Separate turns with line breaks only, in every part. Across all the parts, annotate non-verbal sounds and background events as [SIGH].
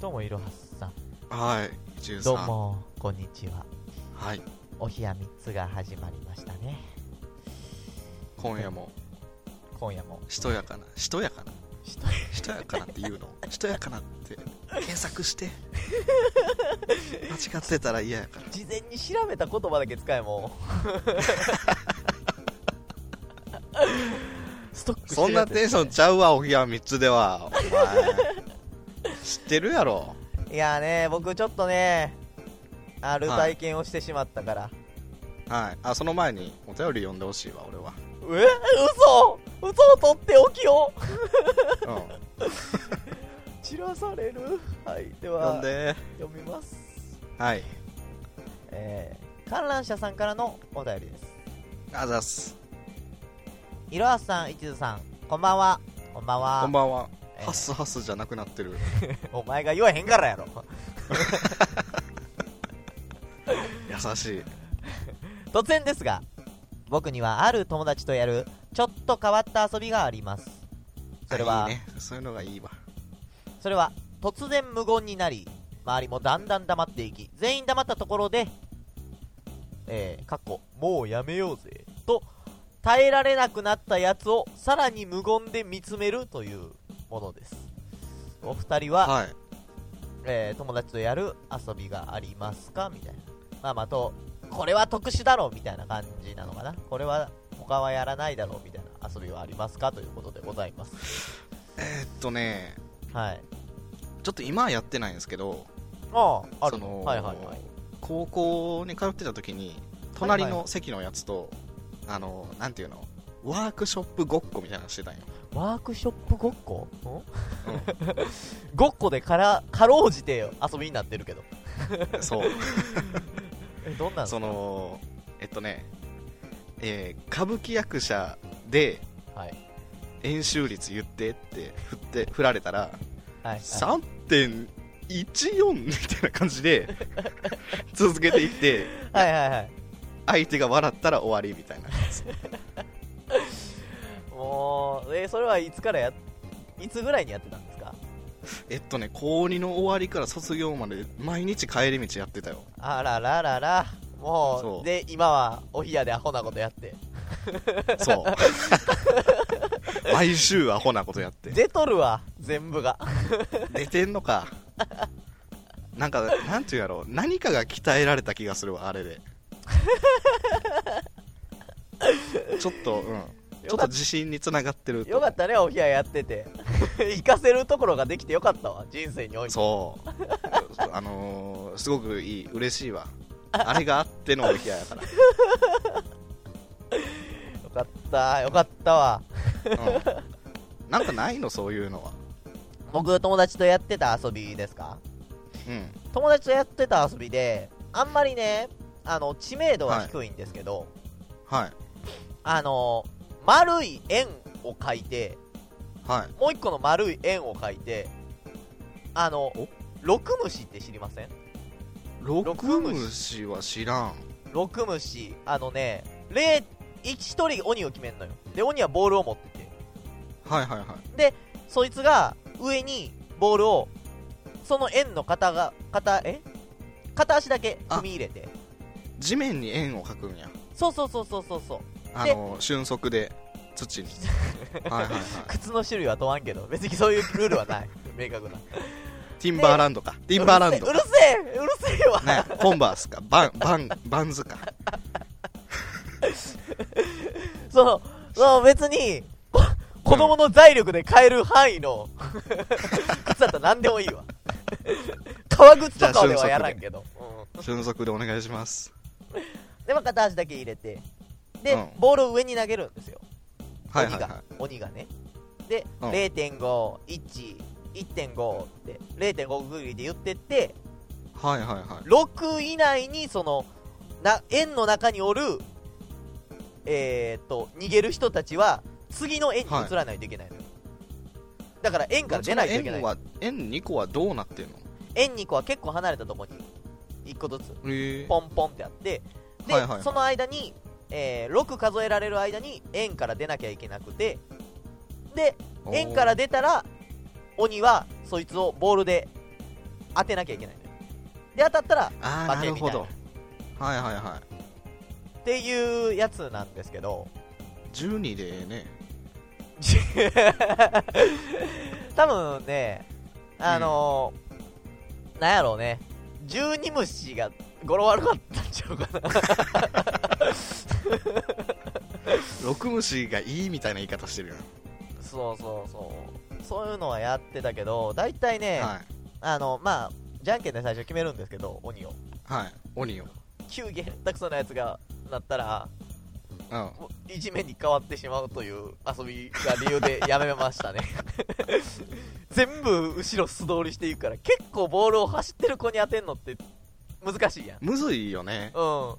どうもいろはさん
はい、13。
どうもこんにちは
はい、
お冷や3つが始まりましたね
今夜も、
今夜も
しとやかな、しとやかな、
しとや
しとやかなって言うの、しとやかなって、検
[LAUGHS]
索して。間違ってたら嫌やから。
事前に調べた言葉だけ使えも
[LAUGHS]
うストックしてる
そんな
やつ
テ
で
ン
す
ションちゃうわ、おぎや3つでは。お前、知ってるやろ。
いやーね僕ちょっとねある体験をしてしまったから、
はい。あ、その前に、お便り読んでほしいわ、俺は。
え嘘嘘を取っておきよ
うん。
散らされるはいで
読ん
は
で。
読みます
はい。
えー、観覧車さんからのお便りです
あざっす。
いろはさんいちずさんこんばんはこんばんは
こんばんは。
えー
ハスハスじゃなくなってる。
お前が言わへんからやろ [LAUGHS]
優しい。
突然ですが僕にはある友達とやるちょっと変わった遊びがありますそれはい
いね。そういうのがいいわ。
それは突然無言になり周りもだんだん黙っていき全員黙ったところでえー、かっこもうやめようぜと耐えられなくなったやつをさらに無言で見つめるというものですお二人は、
はい。
えー友達とやる遊びがありますかみたいなまあまあとこれは特殊だろうみたいな感じなのかなこれは他はやらないだろうみたいな遊びはありますかということでございます
えーっとね、
はい
ちょっと今はやってないんですけど、
ああある
その
はいはいはい
高校に通ってた時に、隣の席のやつと、あの、なんていうの、ワークショップごっこみたいなのしてたんよ。
ワークショップごっこ、 [LAUGHS] ごっこでからかろうじて遊びになってるけど
うん、そう。
えどんなん
その、えっとね、えー歌舞伎役者で
はい
演習率言ってって振って、振られたら、
はい
3.14みたいな感じで続けていって、
はいはいはい
相手が笑ったら終わりみたいなやつ。
もうえーそれはいつからやいつぐらいにやってたんですか
えっとね、高2の終わりから卒業まで毎日帰り道やってたよ。
あららららも
そうう
で今はお冷やでアホなことやって
そう。毎週アホなことやって。
出とるわ全部が
寝てんのか。なんか、なんていうんやろう。何かが鍛えられた気がするわ、あれで。ちょっと、うん。ちょ
よか
っと
っ
自信につながってると
よかったねお冷ややって
[LAUGHS]
て行かせるところができてよかったわ人生において
そう。あのーすごくいい。嬉しいわ。あれがあってのお部屋やから。
よかったよかったわ
うん。なんかないの、そういうのは。
僕友達とやってた遊びですか
うん。
友達とやってた遊びであんまりねあの知名度は低いんですけど、
はい。
あの丸い円を描いて
はい。
もう一個の丸い円を描いてあの
お
六虫って知りません
六
クムシ
虫は知らん。
六虫あのね0 1人鬼を決めんのよで鬼はボールを持ってて
はいはいはい。
そいつが上にボールをその円の片が片え片足だけ踏み入れて
地面に円を描くんや。
そうそうそうそうそうそう
あの、瞬足で、
[LAUGHS]
土に。はいはいはい。
靴の種類は問わんけど別にそういうルールはない [LAUGHS] 明確な
ティンバーランドか。ティンバーランド
うる
か。
せえうるせえうるせえわ、
ね、コンバースか。バン、バン、バンズか。
そのその別にこ子供の財力で買える範囲
[LAUGHS]
の靴だったら何でもいいわ革靴とかではやらんけどう
瞬足でお願いします。
んでまあ片足だけ入れてで、
うん
ボールを上に投げるんですよ
はい
鬼
はい
が、
は
鬼がねで、
うん
0.51.5って0.5ぐりで言ってって
い。はいはいはい。
6以内にそのな円の中におるえー、っと逃げる人たちは次の円に移らないといけないのよ、だから円から出ないといけない
円は、円2個はどうなってんの
円2個は結構離れたとこに1個ずつ
えー、
ポンポンってあってで、
はいはいはい
その間に、え6数えられる間に円から出なきゃいけなくてで円から出たら鬼はそいつをボールで当てなきゃいけないのよで当たったら
ああ
化
な
け
る
みたい
ほ
な
どはいはいは
っていうやつなんですけ [LAUGHS] ど
い12でね
多分ねあのーなんやろうね十二虫が語呂悪かったんちゃうかな
六虫がいいみたいな言い方してるよ、
そうそうそうそういうのはやってたけど大体ね、
はい
あのまあじゃんけんで最初決めるんですけど鬼を
はい鬼を
球芸下手くそなやつがなったら
うん
もういじめに変わってしまうという遊びが理由でやめましたね [LAUGHS] 全部後ろ素通りしていくから結構ボールを走ってる子に当てんのって難しいやん
むずいよね
うん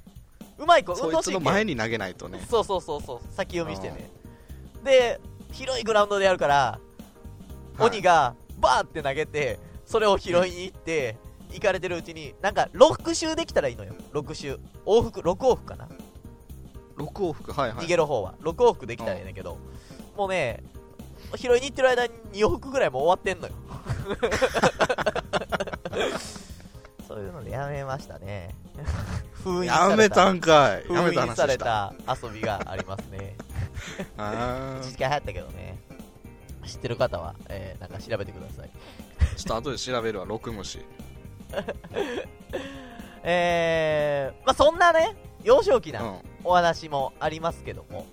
うまい子運
そい
動
つ
神
の前
経
に投げないとね
そうそうそうそう先読みしてねで広いグラウンドでやるから、
はい
鬼がバーって投げてそれを拾いに行って行かれてるうちになんか6周できたらいいのよ6周往復6往復かな
六往復はいは
逃
い
げる方は6往復できたらいいんだけど、もうね拾いに行ってる間に2往復ぐらいもう終わってんのよ
[LAUGHS]
そういうのでやめましたね封印され
やめたんかいや
封
めた
印
話
され
した
た遊びがありますね
あ
一
ー
時期流行ったけどね知ってる方は、えーなんか調べてください
ちょっと後で調べるわ六虫
えー、まあそんなね幼少期
うん
なお話もありますけども、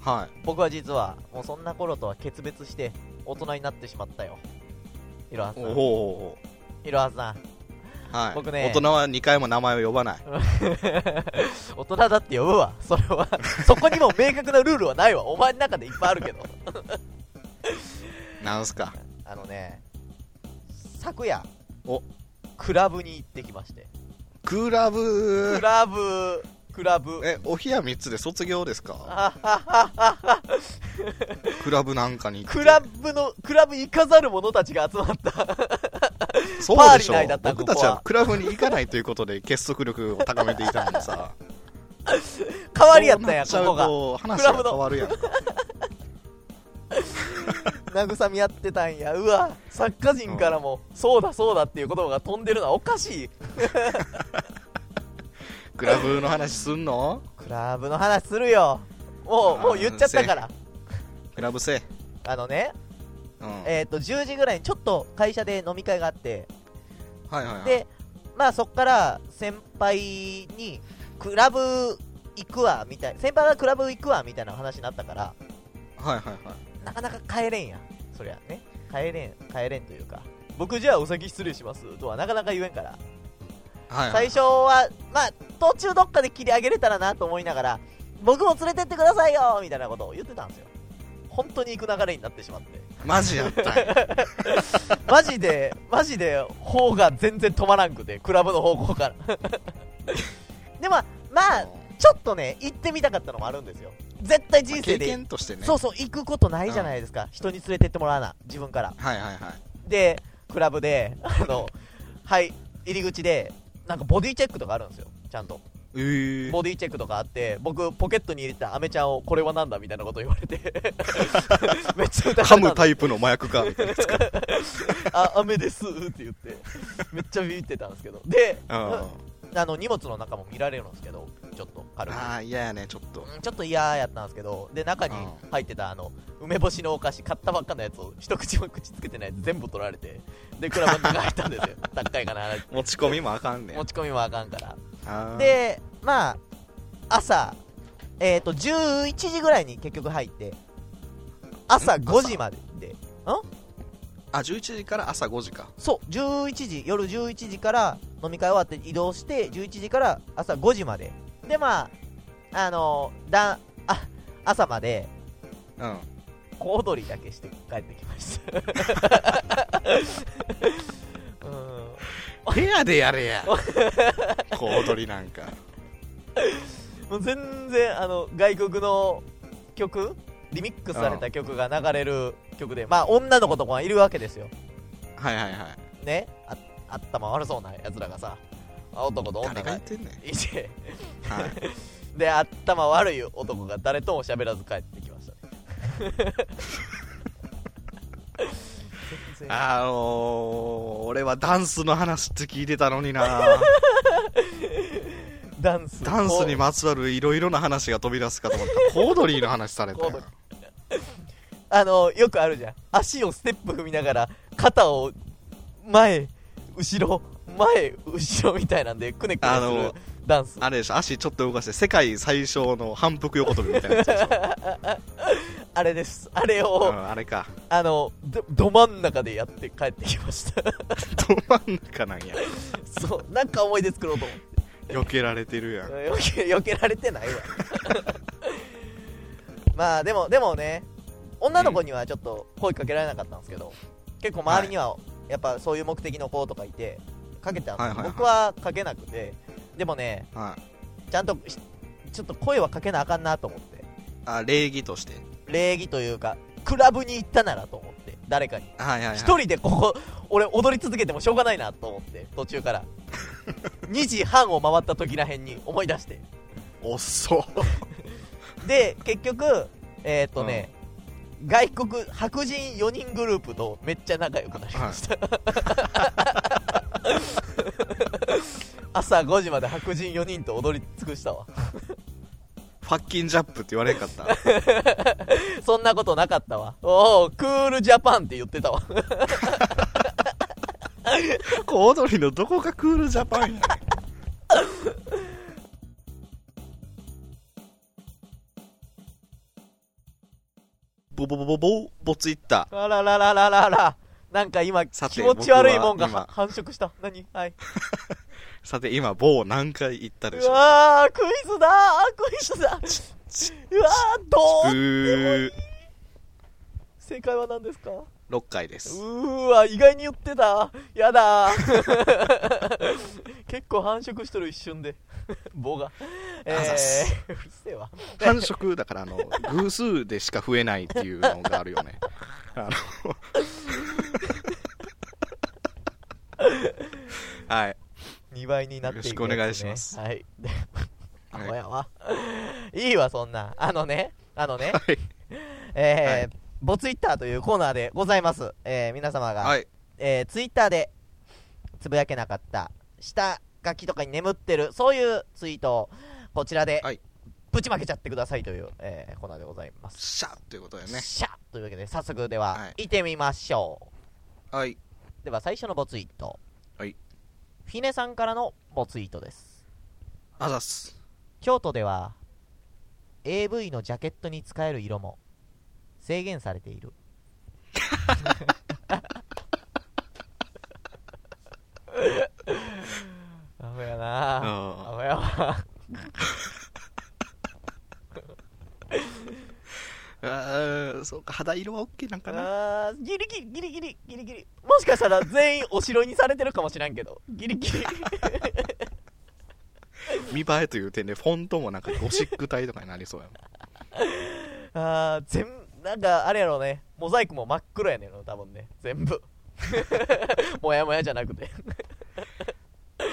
は
僕は実はもうそんな頃とは決別して大人になってしまったよいろはいさ
お
ん
おお
いろはさん
おはい
僕ね
大人は2回も名前を呼ばない
大人だって呼ぶわそれは [LAUGHS] そこにも明確なルールはないわお前の中でいっぱいあるけ
[LAUGHS]
ど
なんすか
あのね昨夜
お
クラブに行ってきまして
[LAUGHS] クラブ
クラブクラブ
えお部屋3つで卒業ですか
あははは [LAUGHS] は
クラブなんかに行って
クラブのクラブ行かざる者たちが集まった
そうでし
パーリーな
ょ
いだったこ
僕た
こ
ち
は
はクラブに行かないということで結束力を高めていたの
[LAUGHS]
にさ
変わりやったんやこ
そうな
こ
っちゃう
が
と話
クラブの
が変
[LAUGHS]
わるやんか
慰み合ってたんやうわ作家人からも、そうだそうだっていう言葉が飛んでるのはおかしい
クラブの話すんの
クラブの話するよもう
あー
もう言っちゃったから
クラブせ
あのね
うんはい
えっ、と10時ぐらいにちょっと会社で飲み会があって
はいはい
でまあそっから先輩にクラブ行くわみたい先輩がクラブ行くわみたいな話になったから
はいはいはい
なかなか帰れんやそりゃね帰れん帰れんというか僕じゃあお先失礼しますとはなかなか言えんから
はい [LAUGHS] はい
最初は、まあ、途中どっかで切り上げれたらなと思いながら、僕も連れてってくださいよみたいなことを言ってたんですよ。本当に行く流れになってしま
[LAUGHS]
って。
マジやったんや
マジで、マジで、方が全然止まらんくて、クラブの方向
[LAUGHS]
から。でも、まあ、ちょっとね、行ってみたかったのもあるんですよ。絶対人生
経
で、
験としてね
そうそう、行くことないじゃないですか。人に連れてってもらわな、自分から。
はいはいはい
で、クラブで、あの、はい、入り口で、なんかボディチェックとかあるんですよ、ちゃんと。
え [LAUGHS] ー、
ボディチェックとかあって僕ポケットに入れたアメちゃんをこれはなんだみたいなこと言われて
[LAUGHS]
めっちゃ歌
噛む
た
タイプの麻薬かみたいなやつか
あ雨ですって言ってめっちゃビビってたんですけどで
うん
あの荷物の中も見られるんですけどちょっと軽く
ああ嫌やねちょっと
うんちょっと嫌やったんですけどで中に入ってたあの梅干しのお菓子買ったばっかのやつを一口も口つけてないやつ全部取られてでクラブに入ったん
[LAUGHS]
ですよ高いかな
持ち込みもあかんねん
持ち込みもあかんから
あー
でまあ朝えっ、と11時ぐらいに結局入って朝
ん
5時までで
あ11時から朝5時か
そう11時夜11時から飲み会終わって移動して11時から朝5時まででまああのだあ朝まで
うん
小踊りだけして帰ってきました
[LAUGHS]
うん
部屋でやれや [LAUGHS] 小踊りなんか
もう全然あの外国の曲リミックスされた曲が流れる曲で、まあ女の子とかがいるわけですよ
はいはいはい
ねあ頭悪そうなやつらがさあ男と女
誰が
が
言っ
い
てんねん
て
はい
で頭悪い男が
[LAUGHS]
誰とも喋らず帰ってきましたね全然
あのー、俺はダンスの話って聞いてたのにな [LAUGHS]
ダンス
ダンスにまつわるいろいろな話が飛び出すかと思ったコードリーの話された
コードリあのよくあるじゃん足をステップ踏みながら肩を前後ろ前後ろみたいなんでくねくね
あ
する
の
ダンスあ
あれでしょ足ちょっと動かして世界最小の反復横跳びみたいなやつでしょ、
れですあれ
う
を、
んあれか
あのどど真ん中でやって帰ってきました [LAUGHS]
ど真ん中なんや
そうなんか思い出作ろうと思って
避けられてるやん
よけ避けられてないわ [LAUGHS] まあでもでもね女の子にはちょっと声かけられなかったんですけど、結構周りにはやっぱそういう目的の子とかいてかけたんですけど、
はいはいはい
僕はかけなくてでもね
はい
ちゃんとしちょっと声はかけなあかんなと思って
あ礼儀として
礼儀というかクラブに行ったならと思って誰かに
はいはいはい
一人でここ俺踊り続けてもしょうがないなと思って途中から
[LAUGHS]
2時半を回った時らへんに思い出して
遅っ
で結局えーっ、とね、外国白人4人グループとめっちゃ仲良くなりました、朝5時まで白人4人と踊り尽くしたわ
ファッキンジャップって言われんかった
そんなことなかったわおおクールジャパンって言ってたわ
コードリのどこがクールジャパンやねんボボボボボボツイッタ
あららららららなんか今
さて
気持ち悪いもんが
僕は今
繁殖した何はい
ーさて今ボを何回言ったでし
う
ょ
わークイズだークイズだうわーどう
うー
正解は何ですか
6回です
うーわ意外に言ってたやだー結構繁殖しとる一瞬で棒がえ
あざっす
ー、うるせえわ
繁殖だ [LAUGHS] からあの偶数でしか増えないっていうのがあるよねあのはい
2倍になっていくやつ、ね、
よろしくお願いします
はいであ
はい
ほやわいいわそんなあのねあの
[LAUGHS]
ね
はい
えー
はい
ボツイッターというコーナーでございます、えー皆様が、
はい
えーツイッターでつぶやけなかった下書きとかに眠ってるそういうツイートをこちらで
はい
ぶちまけちゃってくださいという、えーコーナーでございます
シャッということだよね
シャッというわけで早速では、、
はい
てみましょ
はい。
うでは最初のボツイート
はい
フィネさんからのボツイートです
あざっす。
京都では AV のジャケットに使える色も制限されているアホやなあ
うん
アホやわ
ああ、そうか、肌色は OK なんかな。
あーギリギリギリギリギリギリもしかしたら全員お城にされてるかもしれんけどギリギ
[LAUGHS]
リ
見栄えという点で、フォントもなんかゴシック体とかになりそうやもん。
あー全なんかあれやろうねモザイクも真っ黒やねんの多分ね全
[LAUGHS]
部もやもやじゃなくて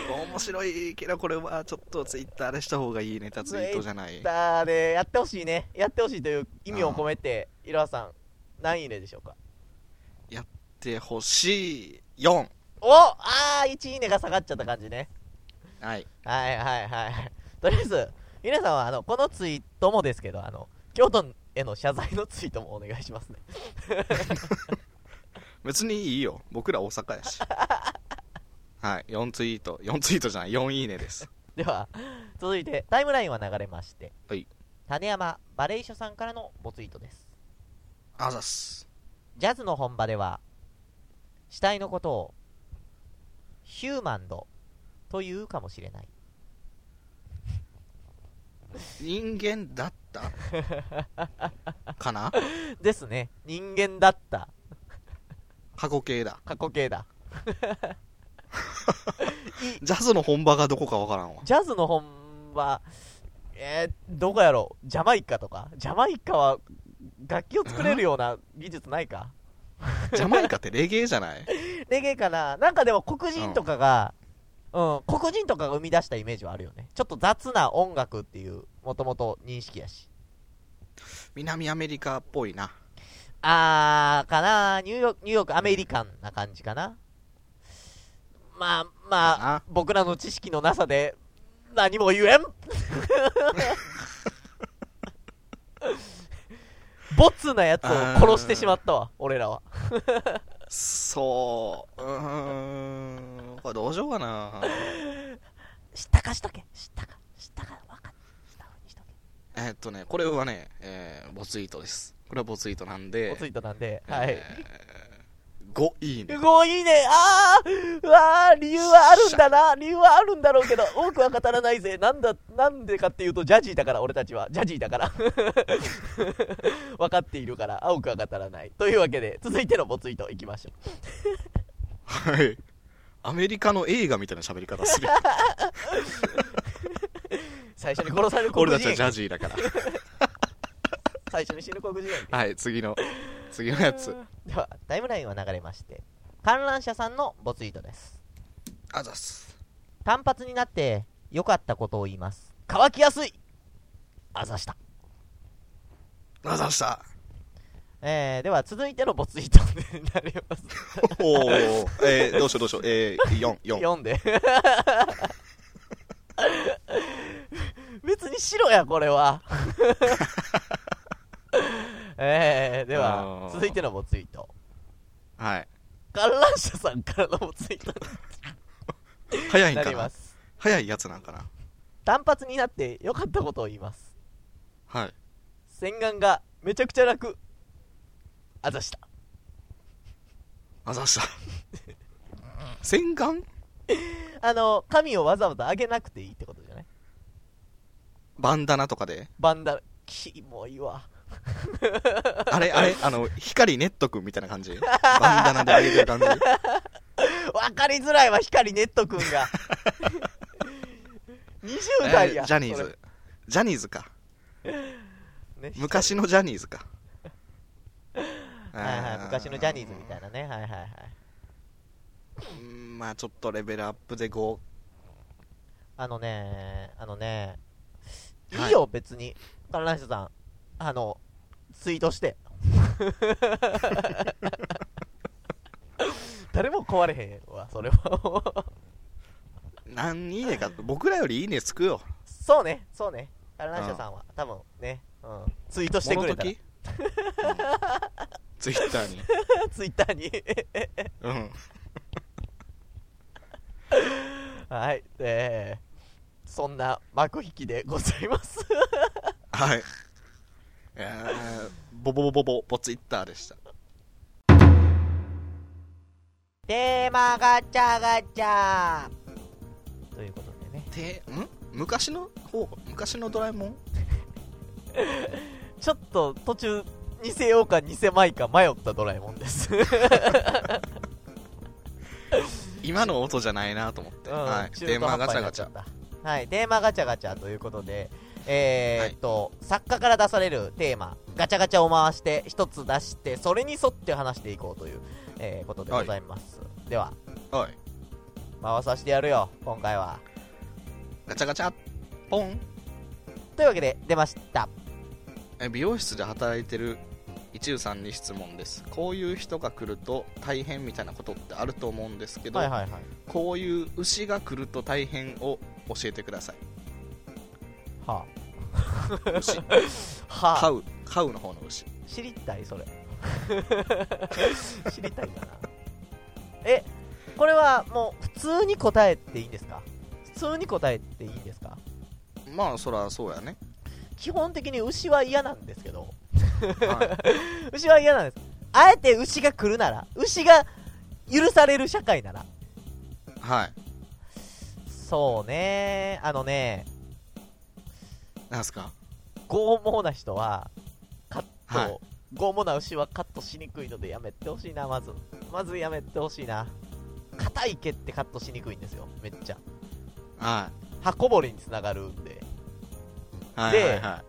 面白いけど、これはちょっとツイッターでした方がいいネタツイートじゃない。
だーでやってほしいねやってほしいという意味を込めていろはさん何位入れでしょうか
やってほしい。4。
おあー1いいねが下がっちゃった感じね
はい。
はいはいはいとりあえず皆さんはあのこのツイートもですけどあの京都への謝罪のツイートもお願いしますね [LAUGHS]
別にいいよ。僕ら大阪やし。はい。4ツイート。4ツイートじゃない。4いいねです。
では続いてタイムラインは流れまして
はい
種山バレーショさんからのボツイートです
あざっす。
ジャズの本場では、死体のことを、ヒューマンドというかもしれない。
人間だったかな
ですね。人間だった。
過去形だ。
過去形だ。
ジャズの本場がどこかわからんわ。
ジャズの本場、えー、どこやろうジャマイカとかジャマイカは楽器を作れるような技術ないか
ジャマイカってレゲエじゃない
レゲエかななんかでも黒人とかが、うん、黒人とかが生み出したイメージはあるよね。ちょっと雑な音楽っていう、もともと認識やし。
南アメリカっぽいな
あー、かなニューヨーク、ニューヨーク、アメリカンな感じかな。まあ、まあ、
あ
僕らの知識のなさで、何も言 [LAUGHS] えんボツなやつを殺してしまったわ、俺らは。
そううーんこれどうしようかな
知ったかしとけ。知ったか、知ったか、わかったふうにしとけ。
えっとねこれはね、えー、ボツイートですこれはボツイートなんで
ボツイートなんで、はい。
えー5いいね
すごいいね。あーうわー理由はあるんだな。理由はあるんだろうけど、多くは語らないぜ。なんだ、なんでかっていうと、ジャジーだから、俺たちは。ジャジーだから。 [LAUGHS] 分かっているから、多くは語らない。というわけで、続いてのボツイートいきましょう。
はいアメリカの映画みたいな喋り方
[LAUGHS]
する
最初に殺される黒
俺
人
たちはジャ
最
ジーだから
初に死ぬ黒人やんけ
はい次の次のやつ
では、タイムラインは流れまして、観覧車さんのボツイートです。
あざっす
単発になって良かったことを言います乾きやすいあざした、
あざっした
えー、では続いてのボツイートになります
おお、えー、どうしようどうしようえー、44
読んで [LAUGHS] 別に白やこれは [LAUGHS] えー、では
あー
続いてのボツイート
はい
観覧車さんからのボツイート
早い
に
ん
な
か
りま
な
す
早いやつなんかな
単発になって良かったことを言います
はい
洗顔がめちゃくちゃ楽あざした
あざっした洗顔
あの髪をわざわざ上げなくていいってことじゃない
バンダナとかで
バンダキモいわ
あれあれあの光ネットくんみたいな感じバンダナであげてる
[LAUGHS]
感じ
分かりづらい [LAUGHS] わ光ネットくん
[LAUGHS]
が20代
え
や、
ージャニー
それ
ズジャニーズか
ね
昔のジャニーズか
はいはい、昔のジャニーズみたい
な
なねはいはいはい
まあちょっとレベルアップで5
あのねあのね
はい
いいよ、別に観覧車さんあのツイート
[LAUGHS]
して誰も壊れへんわそれは
何いいねか僕らよりいいねつくよ
そうねそうね観覧車さんは、多分ね、うん、ツイートしてくれたら
この時うんツイッターに
[LAUGHS] ツイッターに
うん
はい、えー、そんな幕引きでございます。
はいえーボボボボボボツイッターでした
テーマガチャガチャということでね、
てん昔の方昔のドラえもん
ちょっと途中、偽ようか偽まいか迷ったドラえもんです。
今の音じゃないなと思って、
うん
はい、
中途
テーマ
半
ガ
端
チ
に
ャ
な
ガ
っち
チ
ゃ
ャ
ったはい、テーマガチャガチャということで、えー、っと、作家から出されるテーマ、ガチャガチャを回して、一つ出して、それに沿って話していこうという、えーことでございます。では、
はい
回させてやるよ、今回は。
ガチャガチャポン
というわけで、出ました。
え美容室で働いてる一流さんに質問ですこういう人が来ると大変みたいなことってあると思うんですけど、
はいはいはい。
こういう牛が来ると大変を教えて
[LAUGHS]
ください
は
牛
あ、は
カウカウの方の牛
知りたいそれ知りたいかなえこれはもう普通に答えていいんですか普通に答えていいんですか
まあそらそうやね、
[LAUGHS] 基本的に牛は嫌なんですけど
は
牛は嫌なんですあえて牛が来るなら牛が許される社会なら
い、はい、
そうねあのね
なんすか
剛毛な人はカット、
はい
剛毛な牛はカットしにくいのでやめてほしいなまずまずやめてほしいな硬い毛ってカットしにくいんですよめっちゃ
は
刃こぼれにつながるんで
いはい
で
はいは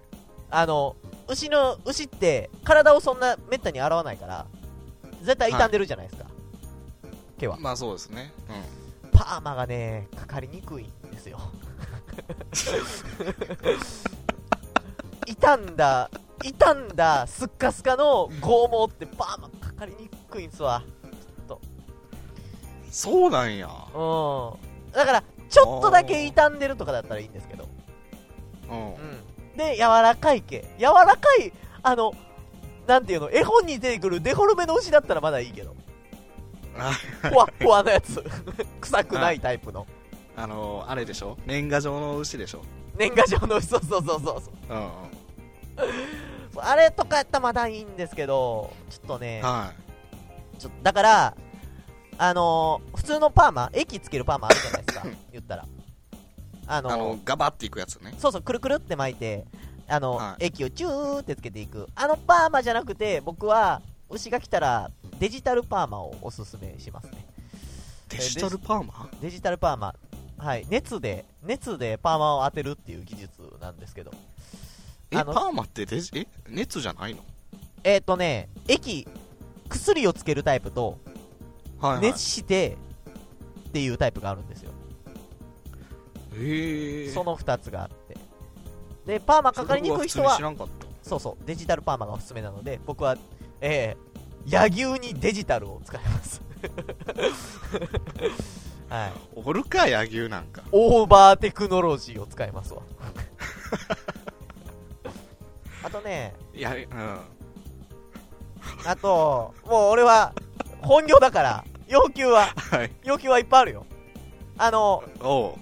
あの牛の牛って体をそんなめったに洗わないから絶対傷んでるじゃないですか、毛はい
まあそうですね、うん、
パーマがねかかりにくいんですよ傷んだ傷んだすっかすかの剛毛ってバーマンかかりにくいんすわ
そうなんや。
うんだからちょっとだけ傷んでるとかだったらいいんですけど
うん。
うん
[LAUGHS]
で柔らかい毛柔らかいあのなんていうの絵本に出てくるデフォルメの牛だったらまだいいけど
あ
ふわっふわのやつ臭くないタイプの
あのー、あれでしょ年賀状の牛でしょ
年賀状の牛そうそうそうそう
うんうん。
そうあれとかやったらまだいいんですけどちょっとね
は
ちょだから、あのー普通のパーマ、液つけるパーマあるじゃないですか、
[LAUGHS]
言ったら。あ
い。
のー
あの、ガバっていくやつね。
そうそう、くるくるって巻いて、あの
は
液をチューってつけていく。あのパーマじゃなくて、僕は、牛が来たら、デジタルパーマをおすすめしますね。
デジタルパーマ
デジタルパーマ。はい、熱で、熱でパーマを当てるっていう技術なんですけど。
え、
あ
パ
の
ーマってデジ、え熱じゃないの
えっ、ー、とね、液、薬をつけるタイプと、
はい、はい
熱。して、っていうタイプがあるんですよ。
へえ。
その2つがあって。で、パーマかかりにくい人は
それ、僕普通に知らんかった。
そうそう、デジタルパーマがおすすめなので、僕は、えー、柳生にデジタルを使います。 [LAUGHS] はい。
おるか、野牛なんか。
オーバーテクノロジーを使いますわ。 [LAUGHS] あとね、
いや、うん。
あと、もう俺は、本業だから、要求は、
はい。
要求はいっぱいあるよ。あの、
おう。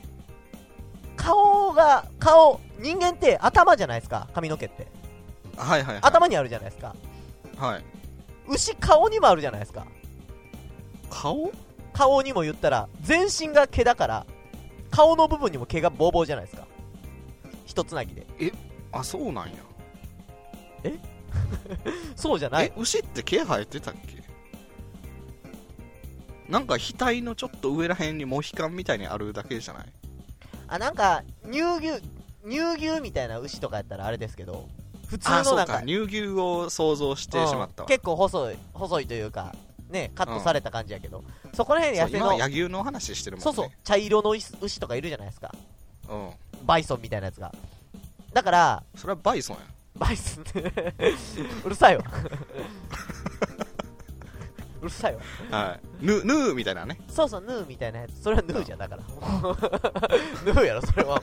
顔が、顔、人間って頭じゃないですか、髪の毛って。
はいはいはい。
頭にあるじゃないですか。
はい。
牛顔にもあるじゃないですか
顔
顔にも言ったら全身が毛だから顔の部分にも毛がボーボーじゃないですか一つなぎで
あ、そうなんや。
そうじゃない
え、牛って毛生えてたっけなんか額のちょっと上らへんにモヒカンみたいにあるだけじゃない
あなんか乳牛乳牛みたいな牛とかやったらあれですけど普通
あ、
の
そ
な
うん
か
か。乳牛を想像してしまった
うん
わ。
結構細い細いというかねカットされた感じやけど、そこら辺
そう
痩せ
今は
の
野牛の話してるもんね。
そうそう茶色の牛牛とかいるじゃないですか
う。うん。
バイソンみたいなやつがだから
それはバイソンや。
バイス [LAUGHS] うるさいわうるさいわ
はい。ヌ、ヌーみたいなね。
そうそうヌーみたいなやつそれはヌーじゃんだから [LAUGHS] ヌーやろそれはもう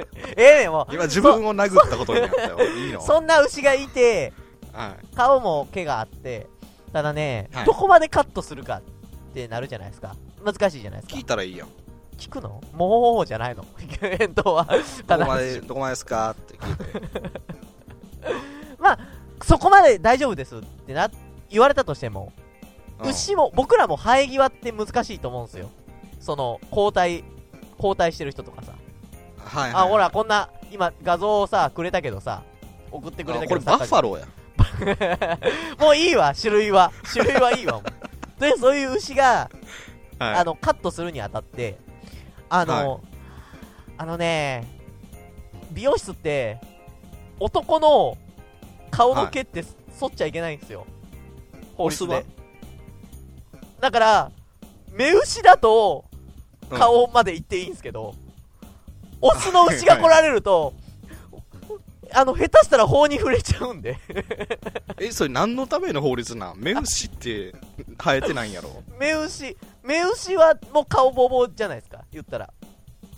[LAUGHS] ええねんも
今自分を殴ったことになったよ。いいうの
そんな牛がいて
は
顔も毛があってただね、
はい
どこまでカットするかってなるじゃないですか難しいじゃないで
い。聞
す
い
か
たらいいやん。
聞くのもうじゃないの [LAUGHS] 返答は
ど
た
こ
だ
まで、どこまでですかって聞いたらいい
そこまで大丈夫ですってな言われたとしても
うん
牛も、僕らも生え際って難しいと思うんですよ。その、交代、交代してる人とかさ。
はいはいはい。
あ、ほら、こんな、今、画像をさ、くれたけどさ、送ってくれた
あ
けど
これバッファローや。
ァ [LAUGHS] もういいわ、種類は。種類はいいわ、も
[LAUGHS]
う。で、そういう牛が、
はい
あの、カットするにあたって、あの、あのね、美容室って、男の顔の毛って、剃っちゃいけないんですよ。法律
オスは
で。だから、目牛だと、
うん
顔まで行っていいんですけど、オスの牛が来られると、あの、下手したら法に触れちゃうんで、
えそれ何のための法律なん目牛って生えてないんやろ
目牛、目牛はもう顔ボーボーじゃないですか、言ったら。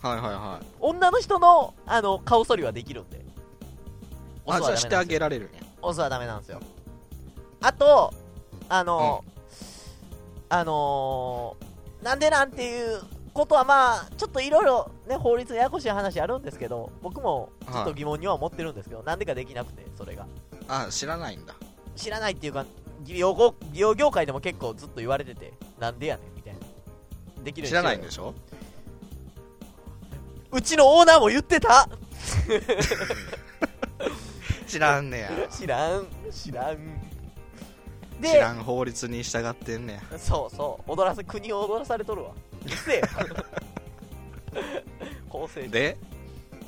はいはいはい
女の人の、あの、顔剃りはできるんで。オ
あ
ス
じゃ
は
あ
ダ
し
メ
て
な
あ
んですよ
げられるんや
オスはダメなんですよ。あと、あの、あのーなんでなんていうことはまあ、ちょっといろいろね、法律ややこしい話あるんですけど、僕もちょっと疑問には思ってるんですけど、な、ん、でかできなくて、それが。
あ知らないんだ
知らないっていうか、技業業技業業界でも結構ずっと言われてて、なんでやねんみたいな。できるようにしよ
知ら
う
ないんでしょ
うちのオーナーも言ってた
知らんねや
知らん、知らん。で、
知らん法律に従ってんねや
そうそう踊らせ国を踊らされとるわうっ
[LAUGHS]
せえよ構成で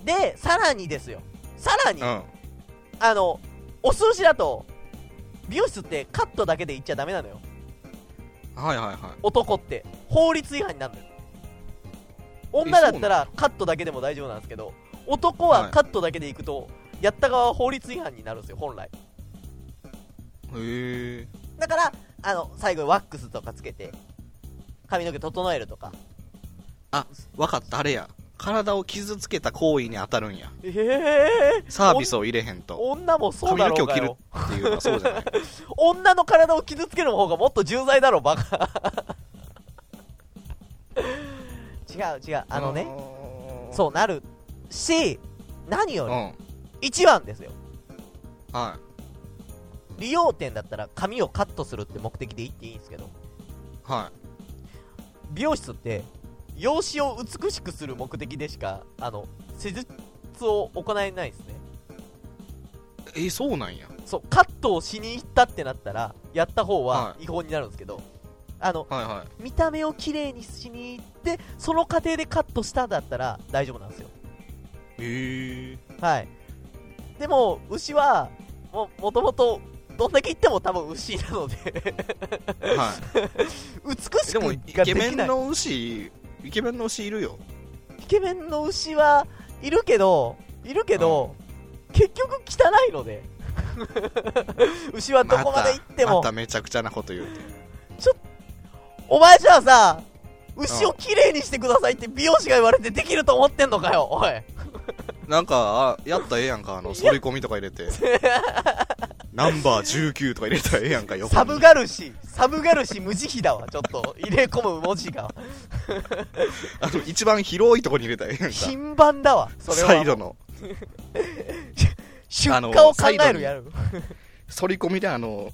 で
でさらにですよさらに、
うん
あのお寿司だと美容室ってカットだけで行っちゃダメなのよ
はいはいは
男って法律違反になるのよ女だったらカットだけでも大丈夫なんですけど男はカットだけで行くと、やった側は法律違反になるんですよ本来
へえ
だからあの最後にワックスとかつけて髪の毛整えるとか
分かったあれや体を傷つけた行為に当たるんや
ええ
サービスを入れへんと
女もそう
髪
だ
の
ろ
毛
うが
を切る
よ
っていうのはそうじゃない
女の体を傷つける方がもっと重罪だろバカ [LAUGHS] 違う違 [LAUGHS] うあのねそうなるし何
う
よ
ん
り
は
一番ですよ
い
利用店だったら髪をカットするって目的で行っていいんですけど
は
美容室って容姿を美しくする目的でしかあの施術を行えないですね
いえそうなんや
そうカットをしに行ったってなったらやった方は
は
違法になるんですけど、あの
はいは
見た目を綺麗にしに行ってその過程でカットしたんだったら大丈夫なんですよ
いへえ
はいでも牛はももともとどんだけ言っても多分牛なので [LAUGHS]
は
美
い
しく
で
が
も
で
イ
きない
ケメンの牛イケメンの牛いるよ
イケメンの牛はいるけど、いるけど、結局汚いので。 [LAUGHS] 牛はどこまで行っても、
まためちゃくちゃなこと言うて
お前じゃあさ、牛をきれいにしてくださいって美容師が言われてできると思ってんのかよ、おい。
なんかあやったらええやんかあの反り込みとか入
[LAUGHS]
れてナンバー19とか入れたらええやんか横に
サブガルシ、サブガルシ無慈悲だわ、ちょっと。入れ込む文字が。
あの一番広いとこに入れたらええやんか
品番だわ、それ
サイ
は。
ドの
出荷
あの
を考
サ
え
イド
る
に
やる。
反り込みであの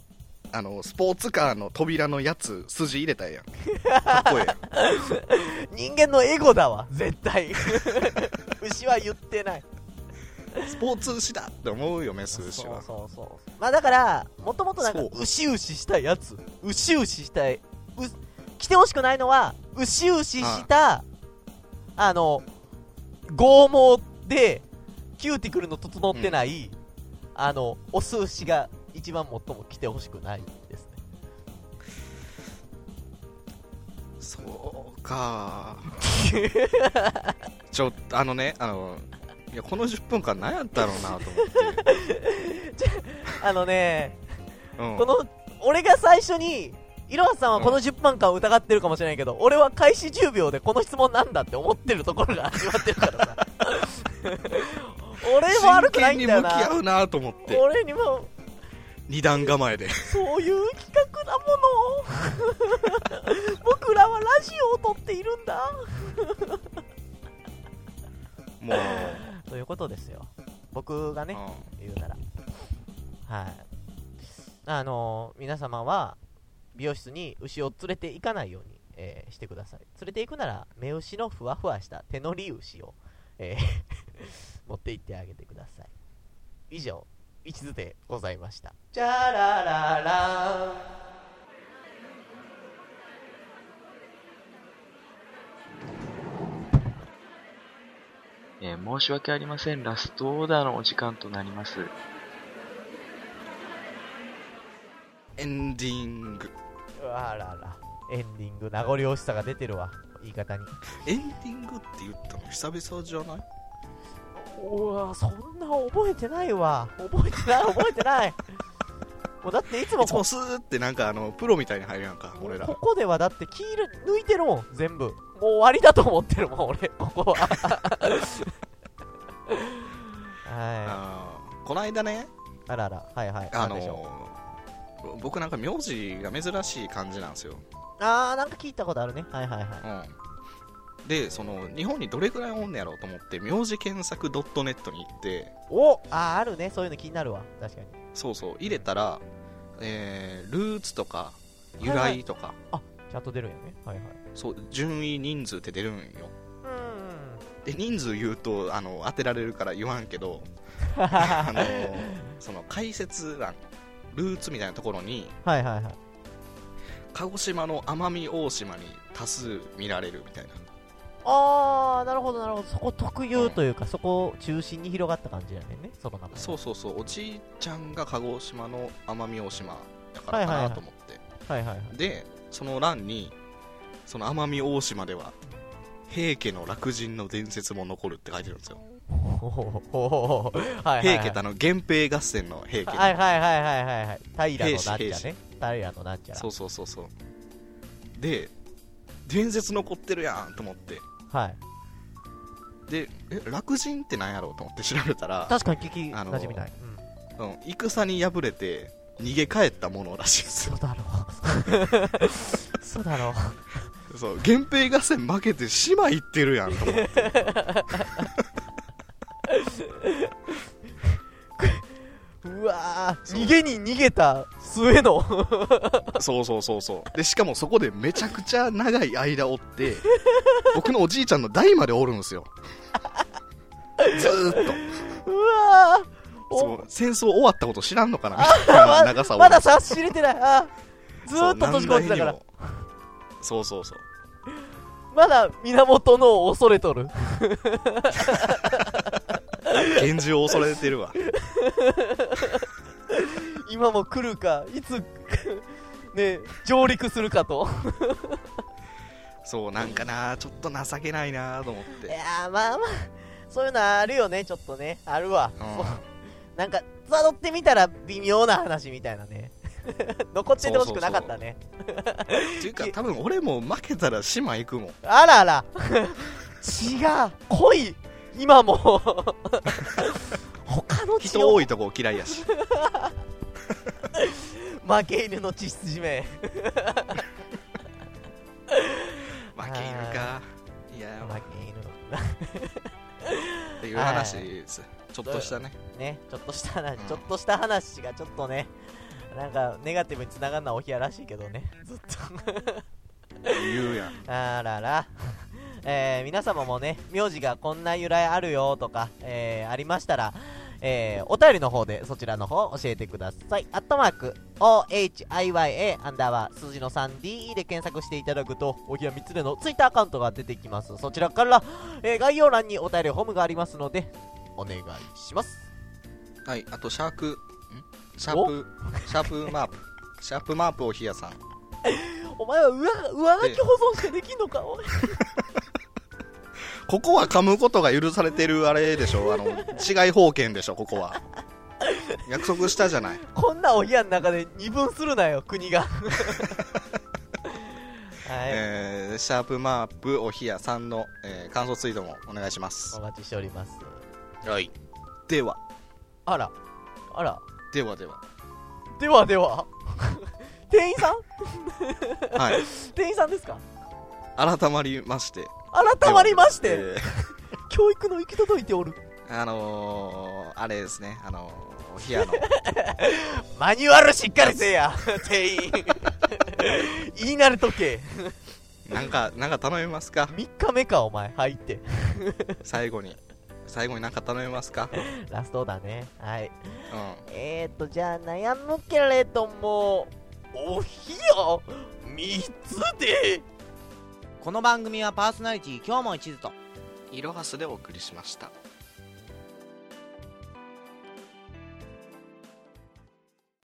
あのスポーツカーの扉のやつ筋入れたらええやんかっこええやん
人間のエゴだわ、絶
[LAUGHS]
対。牛は言ってない。 [LAUGHS]
スポーツ牛だって思うよ、メス牛は。
そうそうそうまあだからもともとなんか
そう
牛牛したやつ牛牛したいう来てほしくないのは牛牛した、あの剛毛でキューティクルの整ってない、あのお寿司が一番最も来てほしくないですね
そうか [LAUGHS] ちょっと、あのね、あの、いや、この10分間何やったろうなと思って。
あのね
うん、
この俺が最初にいろはさんはこの10分間を疑ってるかもしれないけど、俺は開始10秒でこの質問なんだって思ってるところが始まってるから
[LAUGHS]
さ俺も悪くないんだよ
真剣に向き
な
合うなと思って。
俺にも
二段構
[LAUGHS]
えで。
そういう企画だもの [LAUGHS] 僕らはラジオを撮っているんだ
もう、
ということですよ僕がね言うならはいあのー皆様は美容室に牛を連れて行かないように、えーしてください連れて行くなら目牛のふわふわした手乗り牛を、えー [LAUGHS] 持って行ってあげてください以上一途でございましたチャラララン
えー申し訳ありません。ラストオーダーのお時間となります。
エンディング。
うわあららエンディング名残惜しさが出てるわ言い方に
エンディングって言ったの久々じゃないう
わそんな覚えてないわ覚えてない覚えてないもうだっていつも
いつもスーってなんかあの、プロみたいに入るやんか、俺ら
こ。こではだって黄色抜いてるもん全部もう終わりだと思ってるもん
[LAUGHS]
俺ここはは
あーこの間ね、
いあらあらはいはい
あ
なんでしょ
のー、僕なんか名字が珍しい感じなんですよ。
うあーなんか聞いたことあるねはいはいはい
うん、でその日本にどれぐらいおんねやろうと思って名字検索 .net に行って
おあーあるねそういうの気になるわ確かに
そうそう入れたら、えールーツとか
い
由
はい
来とか、
ちゃんと出るんやねはいはい
そう順位人数って出るんよ
うーん
で人数言うとあの当てられるから言わん
[LAUGHS]
けどあのその解説欄ルーツみたいなところに
はいはいはい
鹿児島の奄美大島に多数見られるみたいな
あーなるほどなるほどそこ特有というか、そこを中心に広がった感じやねんねその中
そうそうそうおじいちゃんが鹿児島の奄美大島だか
は
ら
いはい
か
はい
なと思って、
はいはいはい
でその欄にその奄美大島では平家の落人の伝説も残るって書いてるんですよ
ほうほうほうはいはいはい
平家とあの源平合戦の平
は
家
いはいはいはいはいはい平のなん
兵
ちゃ
士
ね平のなんちゃら
そうそうそうそうで伝説残ってるやんと思って
はい
でえ楽人ってなんやろうと思って [LAUGHS] 調べたら、
確かに聞き
あの
なじみない、うん
うん、戦に敗れて逃げ帰ったものらしいです
そうだろう [LAUGHS] そうだろう
そう源平合戦負けて島行ってるやんと思って
うわー
そう
逃げに逃げた末
[LAUGHS]
の
そうそうそうそうでしかもそこでめちゃくちゃ長い間おって [LAUGHS] 僕のおじいちゃんの代までおるんです
[LAUGHS]
よずーっと
うわー
そ
お
う戦争終わったこと知らんのかなみたいな長さを
[LAUGHS] まだ察し入れてないあーずーっと閉じ込めてたから
そう何代にもそうそうそう
まだ源のを恐れとる
現状を恐れてるわ
今も来るか [LAUGHS] いつね上陸するかと
そうなんかなちょっと情けないなと思っ
い
て、
やーまあまあそういうのあるよねちょっとねあるわ、
うん
そうなんか辿ってみたら微妙な話みたいなね [LAUGHS] 残っててほしくなかったね
っていうか多分俺も負けたら島行
[LAUGHS]
くもん
あらあら違う濃い今も他の血
人
を
多いとこ嫌い
[LAUGHS]
やし
負け犬の血筋め
負け犬かいや
負け犬
っていう話ですちょっとしたね
[LAUGHS] ねちょっとした話、
うん
ちょっとした話がちょっとねなんかネガティブに繋がるのはおひやらしいけどねずっと
言うやん
あらら [LAUGHS] えー、皆様もね名字がこんな由来あるよとか、えー、ありましたらえー、お便りの方でそちらの方を教えてください。アットマーク、OHIYA アンダーバー数字の 3DE で検索していただくと、おぎやみつれのツイッターアカウントが出てきます。そちらから、えー概要欄にお便りホームがありますので、お願いします。
はいあとシャークんシャープシャープマープ [LAUGHS] シャープマープをひやさん
お前は上上書き保存してできんのかおい
ここは噛むことが許されてるあれでしょあの違い方権でしょここは約束したじゃない
こんなお部屋の中で二分するなよ国が [LAUGHS] はい、
えーシャープマープおひやさんの、えー感想ツイートもお願いします
お待ちしております
はいでは
あらあら
ではでは
ではでは [LAUGHS] 店員さん
はい
店員さんですか
改まりまして
改まりまして、
え
教育の行き届いておる
ーあのー、あれですねあのー、おひやの
マニュアルしっかりせえや店員 [LAUGHS] 言い慣れとけ
なんかなんか頼みますか
3日目かお前入って
最後に最後になんか頼みますか
ラストだねはい
うん
えーと、じゃあ悩むけれども、おひよ三つで
この番組はパーソナリティ今日も一途と
いろはすでお送りしました